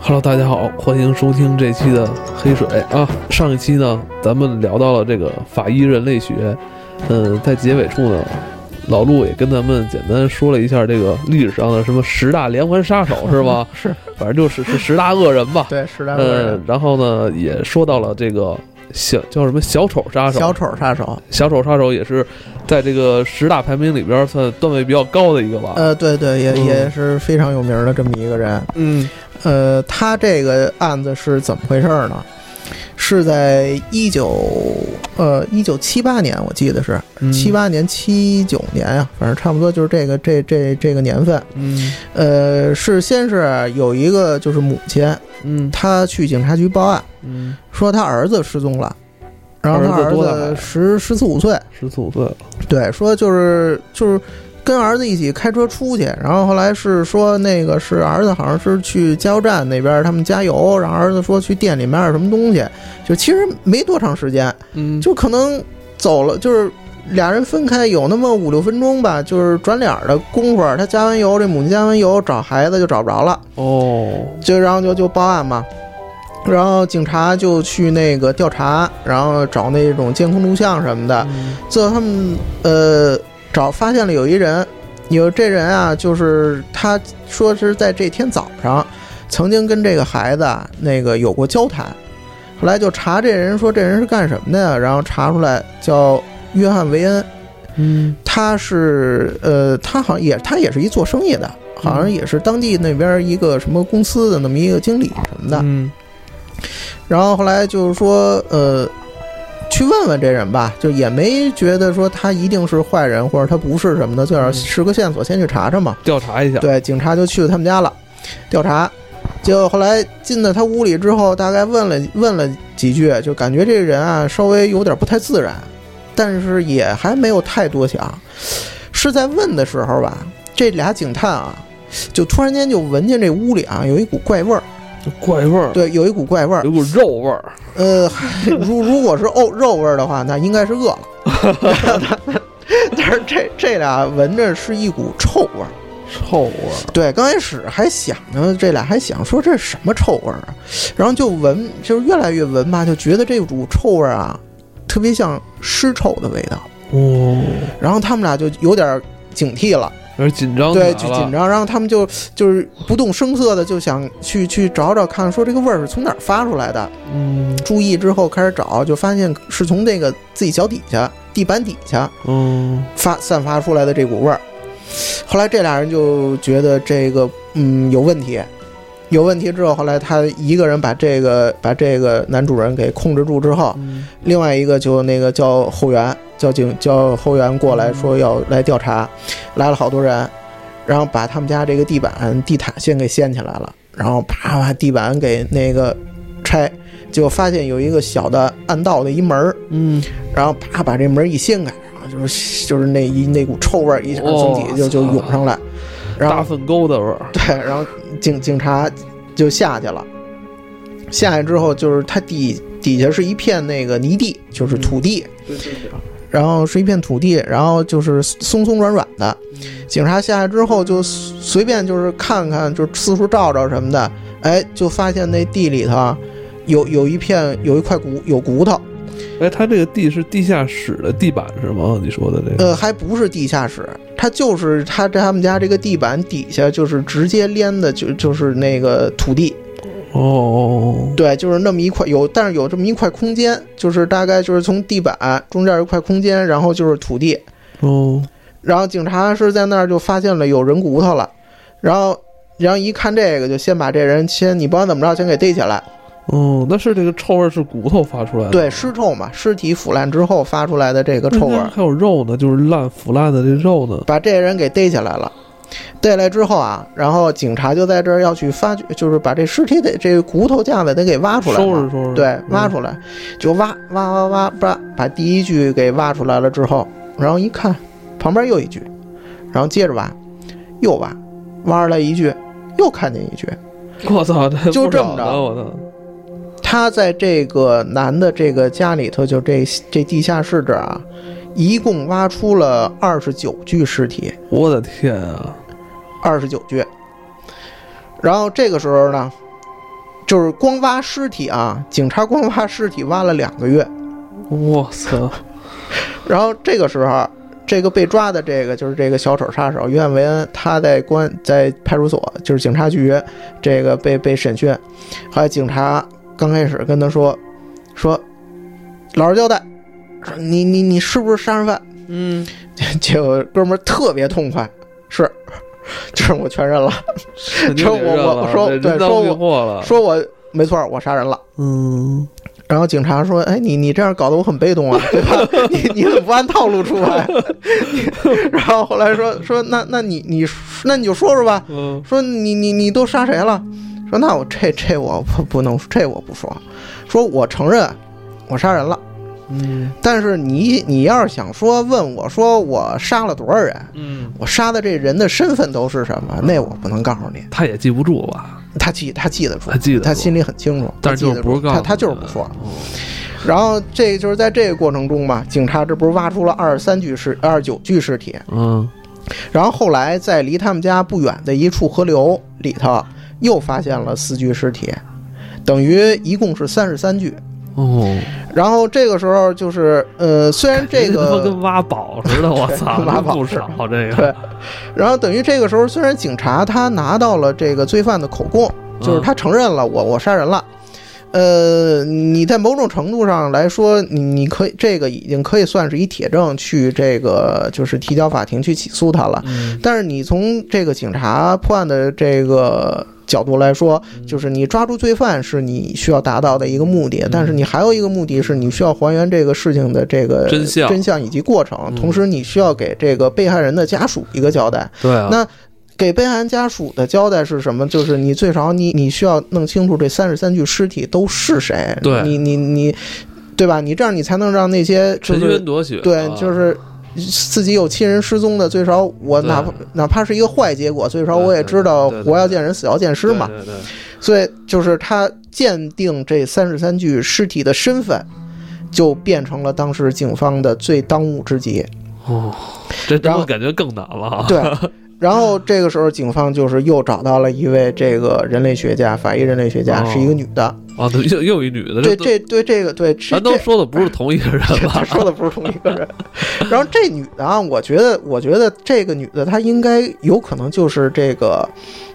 Hello，大家好，欢迎收听这期的黑水啊。上一期呢，咱们聊到了这个法医人类学，嗯，在结尾处呢，老陆也跟咱们简单说了一下这个历史上的什么十大连环杀 手是吧？是，反正就是是十大恶人吧。对，十来个嗯人，，然后呢，也说到了这个小叫什么小丑杀手，啊小丑杀手，小丑杀手也是在这个十大排名里边算段位比较高的一个吧。呃，对对，也嗯也是非常有名的这么一个人。嗯呃，他这个案子是怎么回事呢？是在一九呃一九七八年，我记得是嗯，七八年七九年呀、反正差不多就是这个这这这个年份。嗯呃，是先是有一个就是母亲，嗯她去警察局报案，嗯，说她儿子失踪了，然后她儿子儿多大呀子十十四五岁，十四五岁了，对，说就是就是跟儿子一起开车出去，然后后来是说那个是儿子好像是去加油站那边他们加油，然后儿子说去店里买点什么东西，就其实没多长时间，嗯就可能走了就是。俩人分开有那么五六分钟吧，就是转脸儿的功夫儿，他加完油，这母亲加完油找孩子就找不着了，哦，就然后就就报案嘛，然后警察就去那个调查，然后找那种监控录像什么的，嗯最后他们呃找发现了有一人，有这人啊，就是他说是在这天早上曾经跟这个孩子啊那个有过交谈，后来就查这人说这人是干什么的呀？然后查出来叫约翰维恩，嗯他是呃他好像也他也是一做生意的，好像也是当地那边一个什么公司的那么一个经理什么的。嗯然后后来就是说，呃，去问问这人吧，就也没觉得说他一定是坏人或者他不是什么的，最少嗯是个线索，先去查查嘛。调查一下，对，警察就去他们家了，调查。结果后来进到他屋里之后，大概问了问了几句，就感觉这人啊稍微有点不太自然，但是也还没有太多想。是在问的时候吧，这俩警探啊，就突然间就闻见这屋里啊有一股怪味儿，怪味儿，对，有一股怪味儿，有股肉味儿，呃， 还如如果是哦肉味儿的话，那应该是饿了。 但是这这俩闻着是一股臭味儿。臭味儿，对，刚开始还想呢，这俩还想说这是什么臭味儿啊，然后就闻，就是越来越闻吧，就觉得这股臭味儿啊，特别像尸臭的味道。哦，然后他们俩就有点警惕了。有点紧张，对，就紧，张，然后他们就就是不动声色的就想去去找找看，说这个味儿是从哪儿发出来的。嗯注意之后开始找，就发现是从那个自己脚底下、地板底下嗯发散发出来的这股味儿。后来这俩人就觉得这个嗯有问题，有问题之后，后来他一个人把这个把这个男主人给控制住之后，嗯另外一个就那个叫后援，叫警叫后援过来说要来调查，来了好多人，然后把他们家这个地板地毯先给掀起来了，然后啪把地板给那个拆，结果发现有一个小的暗道的一门儿，嗯，然后啪把这门儿一掀开，然后就是就是那一那股臭味儿一下从底下就就涌上来，然大后粪沟的味儿，对，然后警警察就下去了。下去之后，就是它底底下是一片那个泥地，就是土地，然后是一片土地，然后就是松松软软的。警察下来之后，就随随便就是看看，就是四处照照什么的，哎，就发现那地里头啊有有一片有一块骨有骨头，哎，他这个地是地下室的地板是吗？你说的这个，呃，还不是地下室，它就是他他们家这个地板底下就是直接连的就就是那个土地，哦哦对，就是那么一块有，但是有这么一块空间，就是大概就是从地板中间有一块空间，然后就是土地，哦哦，然后警察是在那儿就发现了有人骨头了，然后然后一看这个，就先把这人先你不管怎么着，先给逮起来。哦，那是这个臭味儿是骨头发出来的，，对，尸臭嘛，尸体腐烂之后发出来的这个臭味儿，还有肉呢，就是烂腐烂的这肉呢，把这人给逮起来了。逮来之后啊，然后警察就在这儿要去发掘，就是把这尸体的这个骨头架子得给挖出来嘛，收拾收拾，对嗯，挖出来，就挖挖挖挖，把把第一具给挖出来了之后，然后一看旁边又一具，然后接着挖，又挖，挖出来一具，又看见一具。我操，这就不这少么呢着我操，他在这个男的这个家里头，就这这地下室这儿啊，一共挖出了二十九具尸体，我的天啊！二十九具。然后这个时候呢，就是光挖尸体啊，警察光挖尸体挖了两个月，我操，然后这个时候，这个被抓的这个就是这个小丑杀手约翰·维恩，他在关在派出所，就是警察局，这个被被审讯。后来警察刚开始跟他说，说老实交代，说你你你是不是杀人犯？ 嗯，结果哥们儿特别痛快，是，就是我全认了，说我我我说对说我我了，说我没错，我杀人了。嗯，然后警察说：“哎，你你这样搞得我很 被动啊，对吧？你你怎么不按套路出牌？”然后后来说说那那你你那你就说说吧，嗯说你你你都杀谁了？说那我这这我不不能这我不说，说我承认我杀人了，嗯但是你你要是想说问我说我杀了多少人，嗯，我杀的这人的身份都是什么，那我不能告诉你。他也记不住吧？他记他记得住他，记得住他心里很清楚，但是就他是记得不住是告诉他他就是你不们说。哦然后这就是在这个过程中吧，警察这不是挖出了二十三具尸、二十九具尸体，嗯然后后来在离他们家不远的一处河流里头又发现了四具尸体，等于一共是三十三具。哦，然后这个时候就是呃，虽然 这他妈个，跟挖宝似的，我操，跟 挖真宝不似的少这对个，然后等于这个时候虽然警察他拿到了这个罪犯的口供，嗯就是他承认了我我杀人了。呃，你在某种程度上来说，你你可以这个已经可以算是一铁证去这个就是提交法庭去起诉他了。嗯，但是你从这个警察破案的这个角度来说，嗯就是你抓住罪犯是你需要达到的一个目嗯的，但是你还有一个目的是你需要还原这个事情的这个真相真相以及过程，同时你需要给这个被害人的家属一个交代。对啊，那给被害人家属的交代是什么？就是你最少你你需要弄清楚这三十三具尸体都是谁，对你你你，对吧？你这样你才能让那些就沉是冤夺雪，啊对，就是自己有亲人失踪的，最少我对哪怕哪怕是一个坏结果，最少我也知道对对对对活要见人，死要见尸嘛。对对对所以就是他鉴定这三十三具尸体的身份。就变成了当时警方的最当务之急。哦，这他然妈后感觉更难了啊，对， 然后这个时候警方就是又找到了一位这个人类学家，法医人类学家哦是一个女的。啊，对又又一女的，对，都这对这个对，这咱都这说的不是同一个人吧他？说的不是同一个人。 然后这女的啊，我觉得，我觉得这个女的她应该有可能就是这个，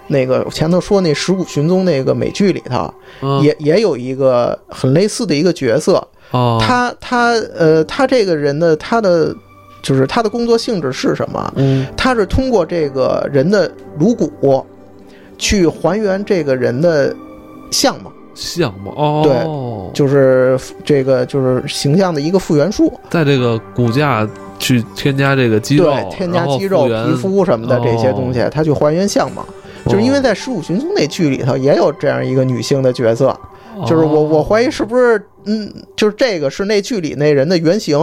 那个前头说那《尸骨寻踪》那个美剧里头，嗯也也有一个很类似的一个角色。哦，她她呃，她这个人的她的就是她的工作性质是什么？嗯她是通过这个人的颅骨去还原这个人的相貌，像吗？哦，就是这个就是形象的一个复原术。在这个骨架去添加这个肌肉，对，添加然后肌肉、复原哦皮，肤什么的这些东西，它去还原相貌。就是因为在《十五寻踪》那剧里头也有这样一个女性的角色，哦就是我我怀疑是不是嗯，就是这个是那剧里那人的原型，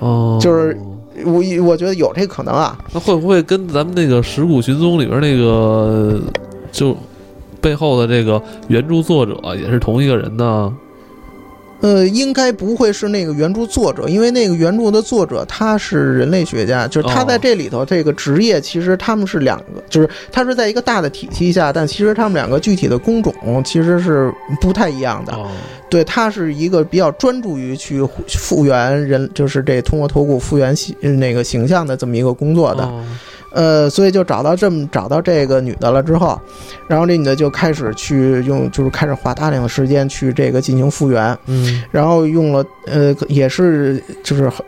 哦，就是我我觉得有这可能啊。那会不会跟咱们那个《尸骨寻踪》里边那个就背后的这个原著作者也是同一个人呢？呃，应该不会是那个原著作者，因为那个原著的作者他是人类学家，就是他哦在这里头这个职业，其实他们是两个，就是他是在一个大的体系下，但其实他们两个具体的工种其实是不太一样的。哦，对，他是一个比较专注于去复原人，就是这通过头骨复原形那个形象的这么一个工作的。哦呃，所以就找到这么找到这个女的了之后，然后这女的就开始去用，就是开始花大量的时间去这个进行复原，嗯，然后用了呃也是就是很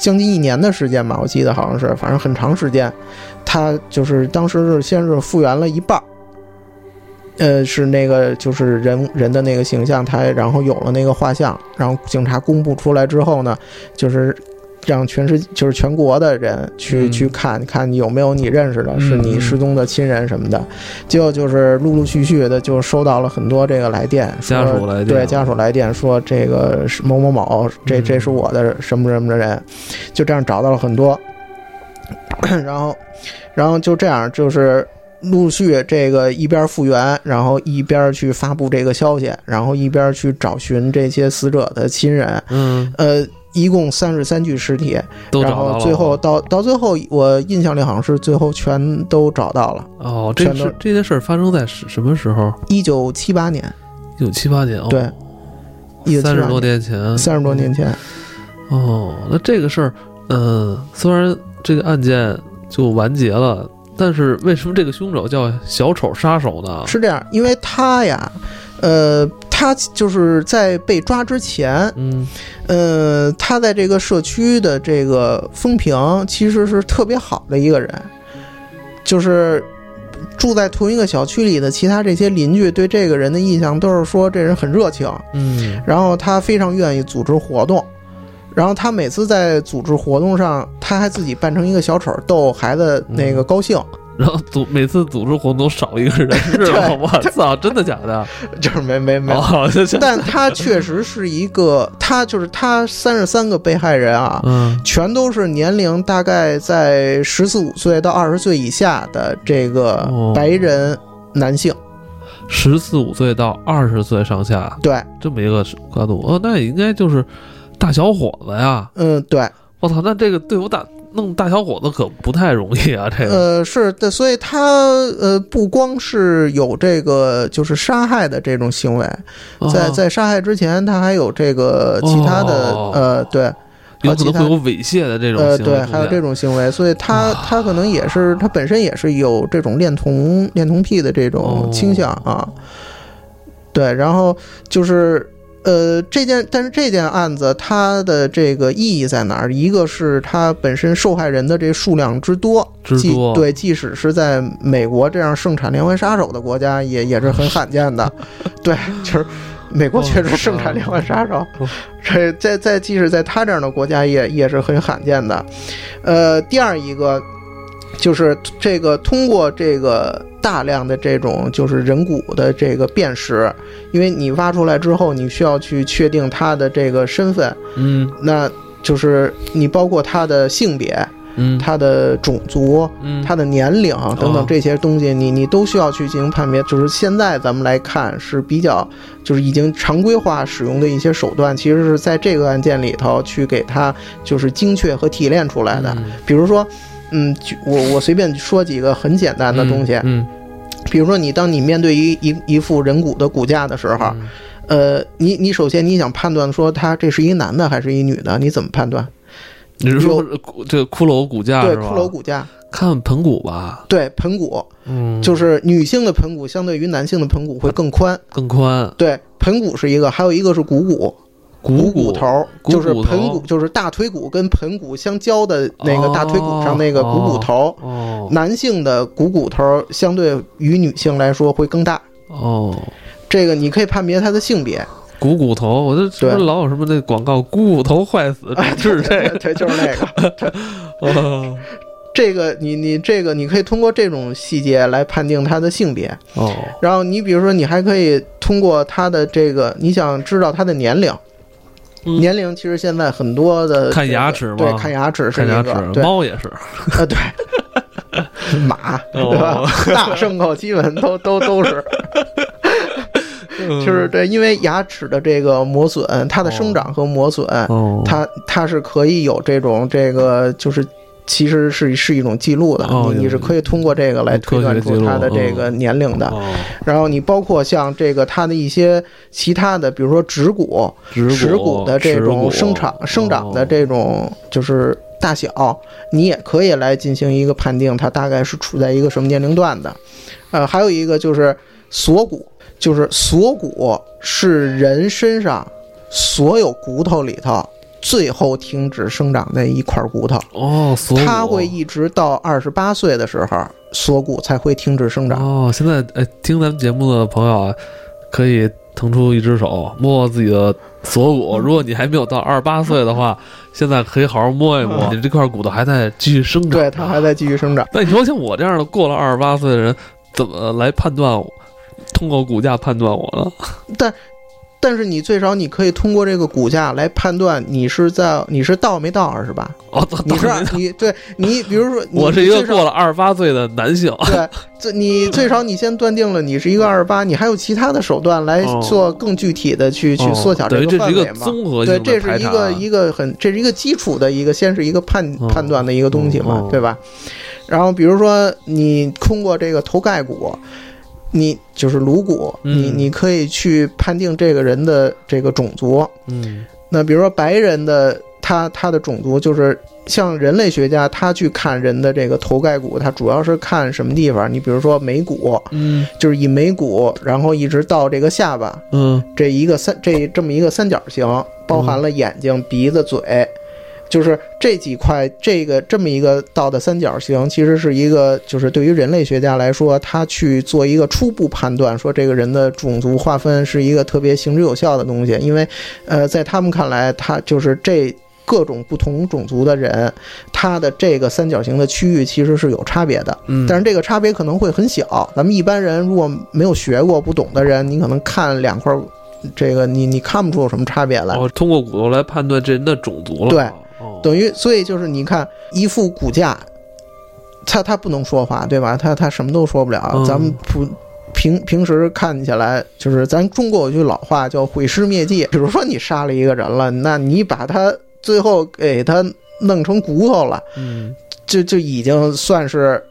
将近一年的时间吧，我记得好像是，反正很长时间。她就是当时是先是复原了一半儿。呃，是那个，就是人人的那个形象，他然后有了那个画像，然后警察公布出来之后呢，就是让全世就是全国的人去、嗯去看看有没有你认识的，嗯是嗯你失踪的亲人什么的。结果就是陆陆续续的就收到了很多这个来电，说家属来电对家属来电说这个是某某某，这嗯这是我的什么什么的人，就这样找到了很多， 然后，然后就这样就是。陆续这个一边复原，然后一边去发布这个消息，然后一边去找寻这些死者的亲人。嗯，呃，一共三十三具尸体，都然找到后了。最后到到最后，我印象里好像是最后全都找到了。哦，这全都是这件事儿发生在什什么时候？一九七八年，一九七八年哦，对，1978三十多年前，三十多年前，哦，那这个事儿，嗯、虽然这个案件就完结了，但是为什么这个凶手叫小丑杀手呢？是这样，因为他呀，呃，他就是在被抓之前，嗯，呃，他在这个社区的这个风评其实是特别好的一个人，就是住在同一个小区里的其他这些邻居对这个人的印象都是说这人很热情，嗯然后他非常愿意组织活动。然后他每次在组织活动上，他还自己扮成一个小丑逗孩子那个高兴，然后组每次组织活动少一个人，是吧？对我操，真的假的？就是没没没有哦，就就 但他确实是一个，他就是他三十三个被害人啊，嗯全都是年龄大概在十四五岁到二十岁以下的这个哦白人男性。十四五岁到二十岁上下对，这么一个跨度，哦，那也应该就是大小伙子呀！嗯，对，我操，那这个对付大弄大小伙子可不太容易啊，这个，呃，是的，所以他呃不光是有这个就是杀害的这种行为，在哦呃在杀害之前，他还有这个其他的哦呃对。有可能还会有其他有猥亵的这种呃，行为出对，现，还有这种行为，所以他啊他可能也是他本身也是有这种恋童恋童癖的这哦种倾向啊。对，然后就是呃，这件但是这件案子它的这个意义在哪儿？一个是它本身受害人的这数量之多，之即多对，即使是在美国这样盛产连环杀手的国家，也也是很罕见的。对，就是美国确实盛产连环杀手哦，这在在即使在他这样的国家也也是很罕见的。呃，第二一个就是这个通过这个大量的这种就是人骨的这个辨识，因为你挖出来之后，你需要去确定他的这个身份，嗯那就是你包括他的性别、嗯他的种族。嗯他的年龄啊等等这些东西，你你都需要去进行判别。就是现在咱们来看是比较，就是已经常规化使用的一些手段，其实是在这个案件里头去给它就是精确和提炼出来的。嗯比如说，嗯，举我我随便说几个很简单的东西，嗯，比如说你当你面对一一一副人骨的骨架的时候，嗯呃，你你首先你想判断说他这是一男的还是一女的，你怎么判断？你是说骨这个骷髅骨架对，是吧？骷髅骨架，看盆骨吧，对，盆骨。嗯，就是女性的盆骨相对于男性的盆骨会更宽。更宽，对，盆骨是一个，还有一个是股骨，股骨头儿，股就是骨头盆骨，就是大腿骨跟盆骨相交的那个大腿骨上那个股骨头。哦男性的股骨头儿相对于女性来说会更大，哦，这个你可以判别它的 性别。股骨头，我这是不是对哎老有什么那广告股骨头坏死，治这个，啊对，就是那个。 哦这个你你这个你可以通过这种细节来判定它的性别，哦，然后你比如说你还可以通过它的这个，你想知道它的年龄，嗯年龄其实现在很多的看这个牙齿吗对，看牙齿是看一牙个，齿，对，猫也是，啊对，马对吧哦？大牲口基本都都都是，就 就是对，因为牙齿的这个磨损，它的生长和磨损，哦，它它是可以有这种这个就是。其实是是一种记录的，哦你有你是可以通过这个来有科推学断记出录它的这嗯个年龄的。哦然后你包括像这个它的一些其他的，比如说指骨、指耻骨的这种生长长、生长的这种就是大小，你也可以来进行一个判定，它大概是处在一个什么年龄段的。呃，还有一个就是锁骨，就是锁骨是人身上所有骨头里头最后停止生长的一块骨头，哦，锁骨它会一直到二十八岁的时候，锁骨才会停止生长。哦，现在哎，听咱们节目的朋友啊，可以腾出一只手摸摸自己的锁嗯骨。如果你还没有到二十八岁的话，现在可以好好摸一摸，嗯你这块骨头还在继续生长。对，它还在继续生长。那你说像我这样的过了二十八岁的人，怎么来判断我？通过骨架判断我呢？但是你最少你可以通过这个骨架来判断你是在你是到没到二十八，哦，当你是当然你对你 比如说你我是一个你最少过了二十八岁的男性。对，这你最少你先断定了你是一个二十八，你还有其他的手段来哦做更具体的去、去哦缩小等于个这是范一个围嘛。综合性对，的这是排一查啊个一个很，这是一个基础的一个，先是一个判哦判断的一个东西嘛，哦对吧？然后比如说你通过这个头盖骨，你就是颅骨，嗯你你可以去判定这个人的这个种族。嗯那比如说白人的他他的种族就是像人类学家他去看人的这个头盖骨，他主要是看什么地方？你比如说眉骨，嗯就是以眉骨，然后一直到这个下巴嗯这一个三这这么一个三角形，包含了眼睛、鼻子、嘴。就是这几块，这个这么一个道的三角形，其实是一个，就是对于人类学家来说，他去做一个初步判断，说这个人的种族划分是一个特别行之有效的东西，因为，呃，在他们看来，他就是这各种不同种族的人，他的这个三角形的区域其实是有差别的，嗯，但是这个差别可能会很小。咱们一般人如果没有学过、不懂的人，你可能看两块儿，这个你你看不出有什么差别来。哦，通过骨头来判断这人的种族了，对哦，等于，所以就是你看一副骨架，他他不能说话，对吧？他他什么都说不了。嗯咱们普平平时看起来，就是咱中国有句老话叫毁尸灭迹。比如说你杀了一个人了，那你把他最后给他弄成骨头了，嗯就就已经算是。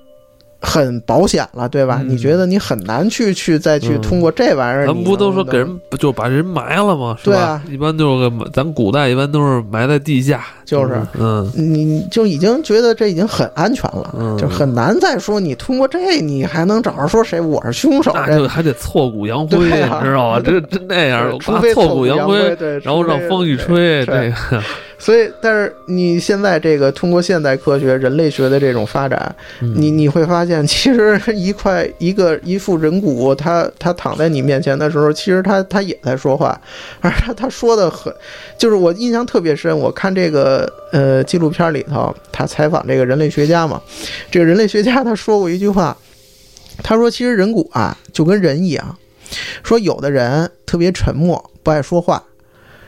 很保险了，对吧？嗯你觉得你很难去去再去嗯通过这玩意儿，咱们不你都能说给人就把人埋了吗？是对吧啊？一般就是个咱古代一般都是埋在地下，就是嗯你就已经觉得这已经很安全了，嗯就很难再说你通过这你还能找着说谁我是凶手那这就还得挫骨扬灰，你对啊知道吗？这真那样了，除啊非挫骨骨扬灰，对，然后除非让风一。吹，对这个，所以，但是你现在这个通过现代科学、人类学的这种发展，嗯你你会发现，其实一块一个一副人骨，它它躺在你面前的时候，其实它它也在说话，而它它说的很，就是我印象特别深。我看这个呃纪录片里头，他采访这个人类学家嘛，这个人类学家他说过一句话，他说其实人骨啊就跟人一样，说有的人特别沉默，不爱说话，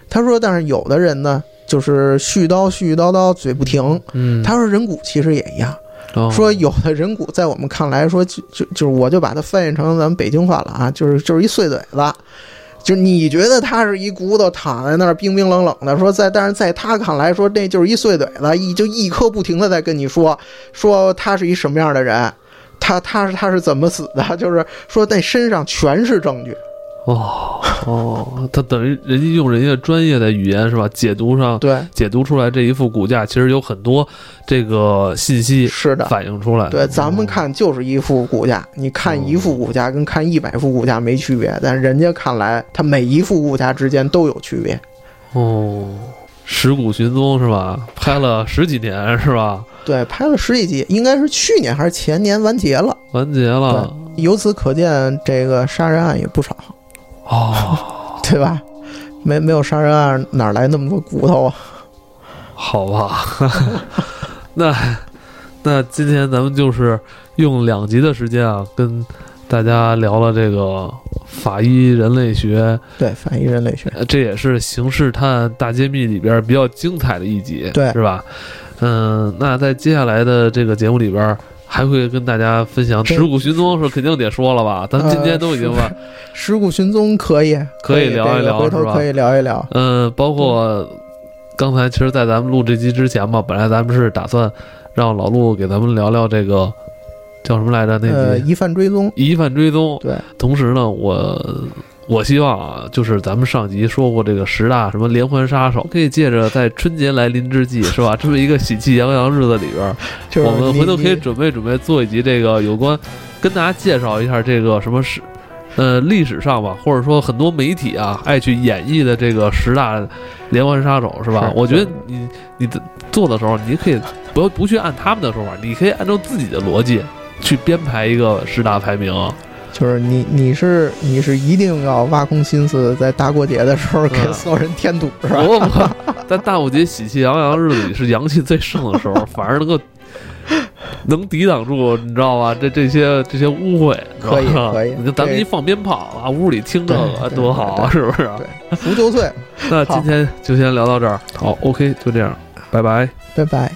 他说但是有的人呢就是絮叨絮絮叨叨，嘴不停。嗯，他说人骨其实也一样。哦说有的人骨在我们看来说就就就是我就把它翻译成咱们北京话了啊，就是就是一碎嘴子。就是你觉得他是一骨头躺在那儿冰冰冷冷的，说在，但是在他看来说那就是一碎嘴子，一就一刻不停的在跟你说说他是一什么样的人，他他是他是怎么死的，就是说那身上全是证据。哦哦，他等于人家用人家专业的语言是吧？解读上对，解读出来这一副骨架，其实有很多这个信息是的，反映出来。对，咱们看就是一副骨架，你看一副骨架跟看一百副骨架没区别，但人家看来，它每一副骨架之间都有区别。哦，尸骨寻踪是吧？拍了十几年是吧？对，拍了十几集，应该是去年还是前年完结了。完结了。由此可见，这个杀人案也不少，哦，对吧？没没有杀人案，哪来那么多骨头啊？好吧， 那那今天咱们就是用两集的时间啊，跟大家聊了这个法医人类学，对，反映人类学。呃这也是《刑事探大揭秘》里边比较精彩的一集，对是吧？嗯，那在接下来的这个节目里边。还会跟大家分享《对耻骨寻踪》是肯定得说了吧？咱们今天都已经把尸骨寻踪可以，可以聊一聊这个回是头吧可以聊一聊。嗯，包括刚才，其实，在咱们录这期之前嘛，本来咱们是打算让老陆给咱们聊聊这个叫什么来着那呃，集《疑犯追踪，疑犯追踪》。对，同时呢，我我希望啊，就是咱们上集说过这个十大什么连环杀手，可以借着在春节来临之际，是吧？这么一个喜气洋洋日子里边儿，就是我们你回头可以你准备准备做一集这个有关，跟大家介绍一下这个什么是，呃，历史上吧，或者说很多媒体啊爱去演绎的这个十大连环杀手是吧是？我觉得是你你的做的时候，你可以不要不去按他们的说法，你可以按照自己的逻辑去编排一个十大排名。就是你，你是你是一定要挖空心思，在大过节的时候给嗯所有人添堵，是吧？不不，在大五节喜气洋洋日子里是阳气最盛的时候，反而能够能抵挡住，你知道吧？这这些这些污秽，可以是吧可以你看咱们这一放鞭炮啊，屋里听这个对对多好啊，是不是？扶就罪，那今天就先聊到这儿，好，OK，就这样，拜拜。拜拜。